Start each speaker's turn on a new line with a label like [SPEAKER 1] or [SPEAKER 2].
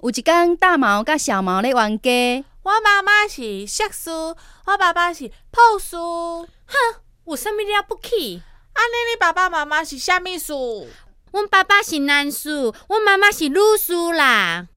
[SPEAKER 1] 有一天，大毛甲小毛咧冤家，
[SPEAKER 2] 我妈妈是硕士，我爸爸是博士。
[SPEAKER 3] 有啥物了不起？
[SPEAKER 2] 安尼你爸爸妈妈是啥物事？
[SPEAKER 3] 阮爸爸是男士，阮妈妈是女士啦。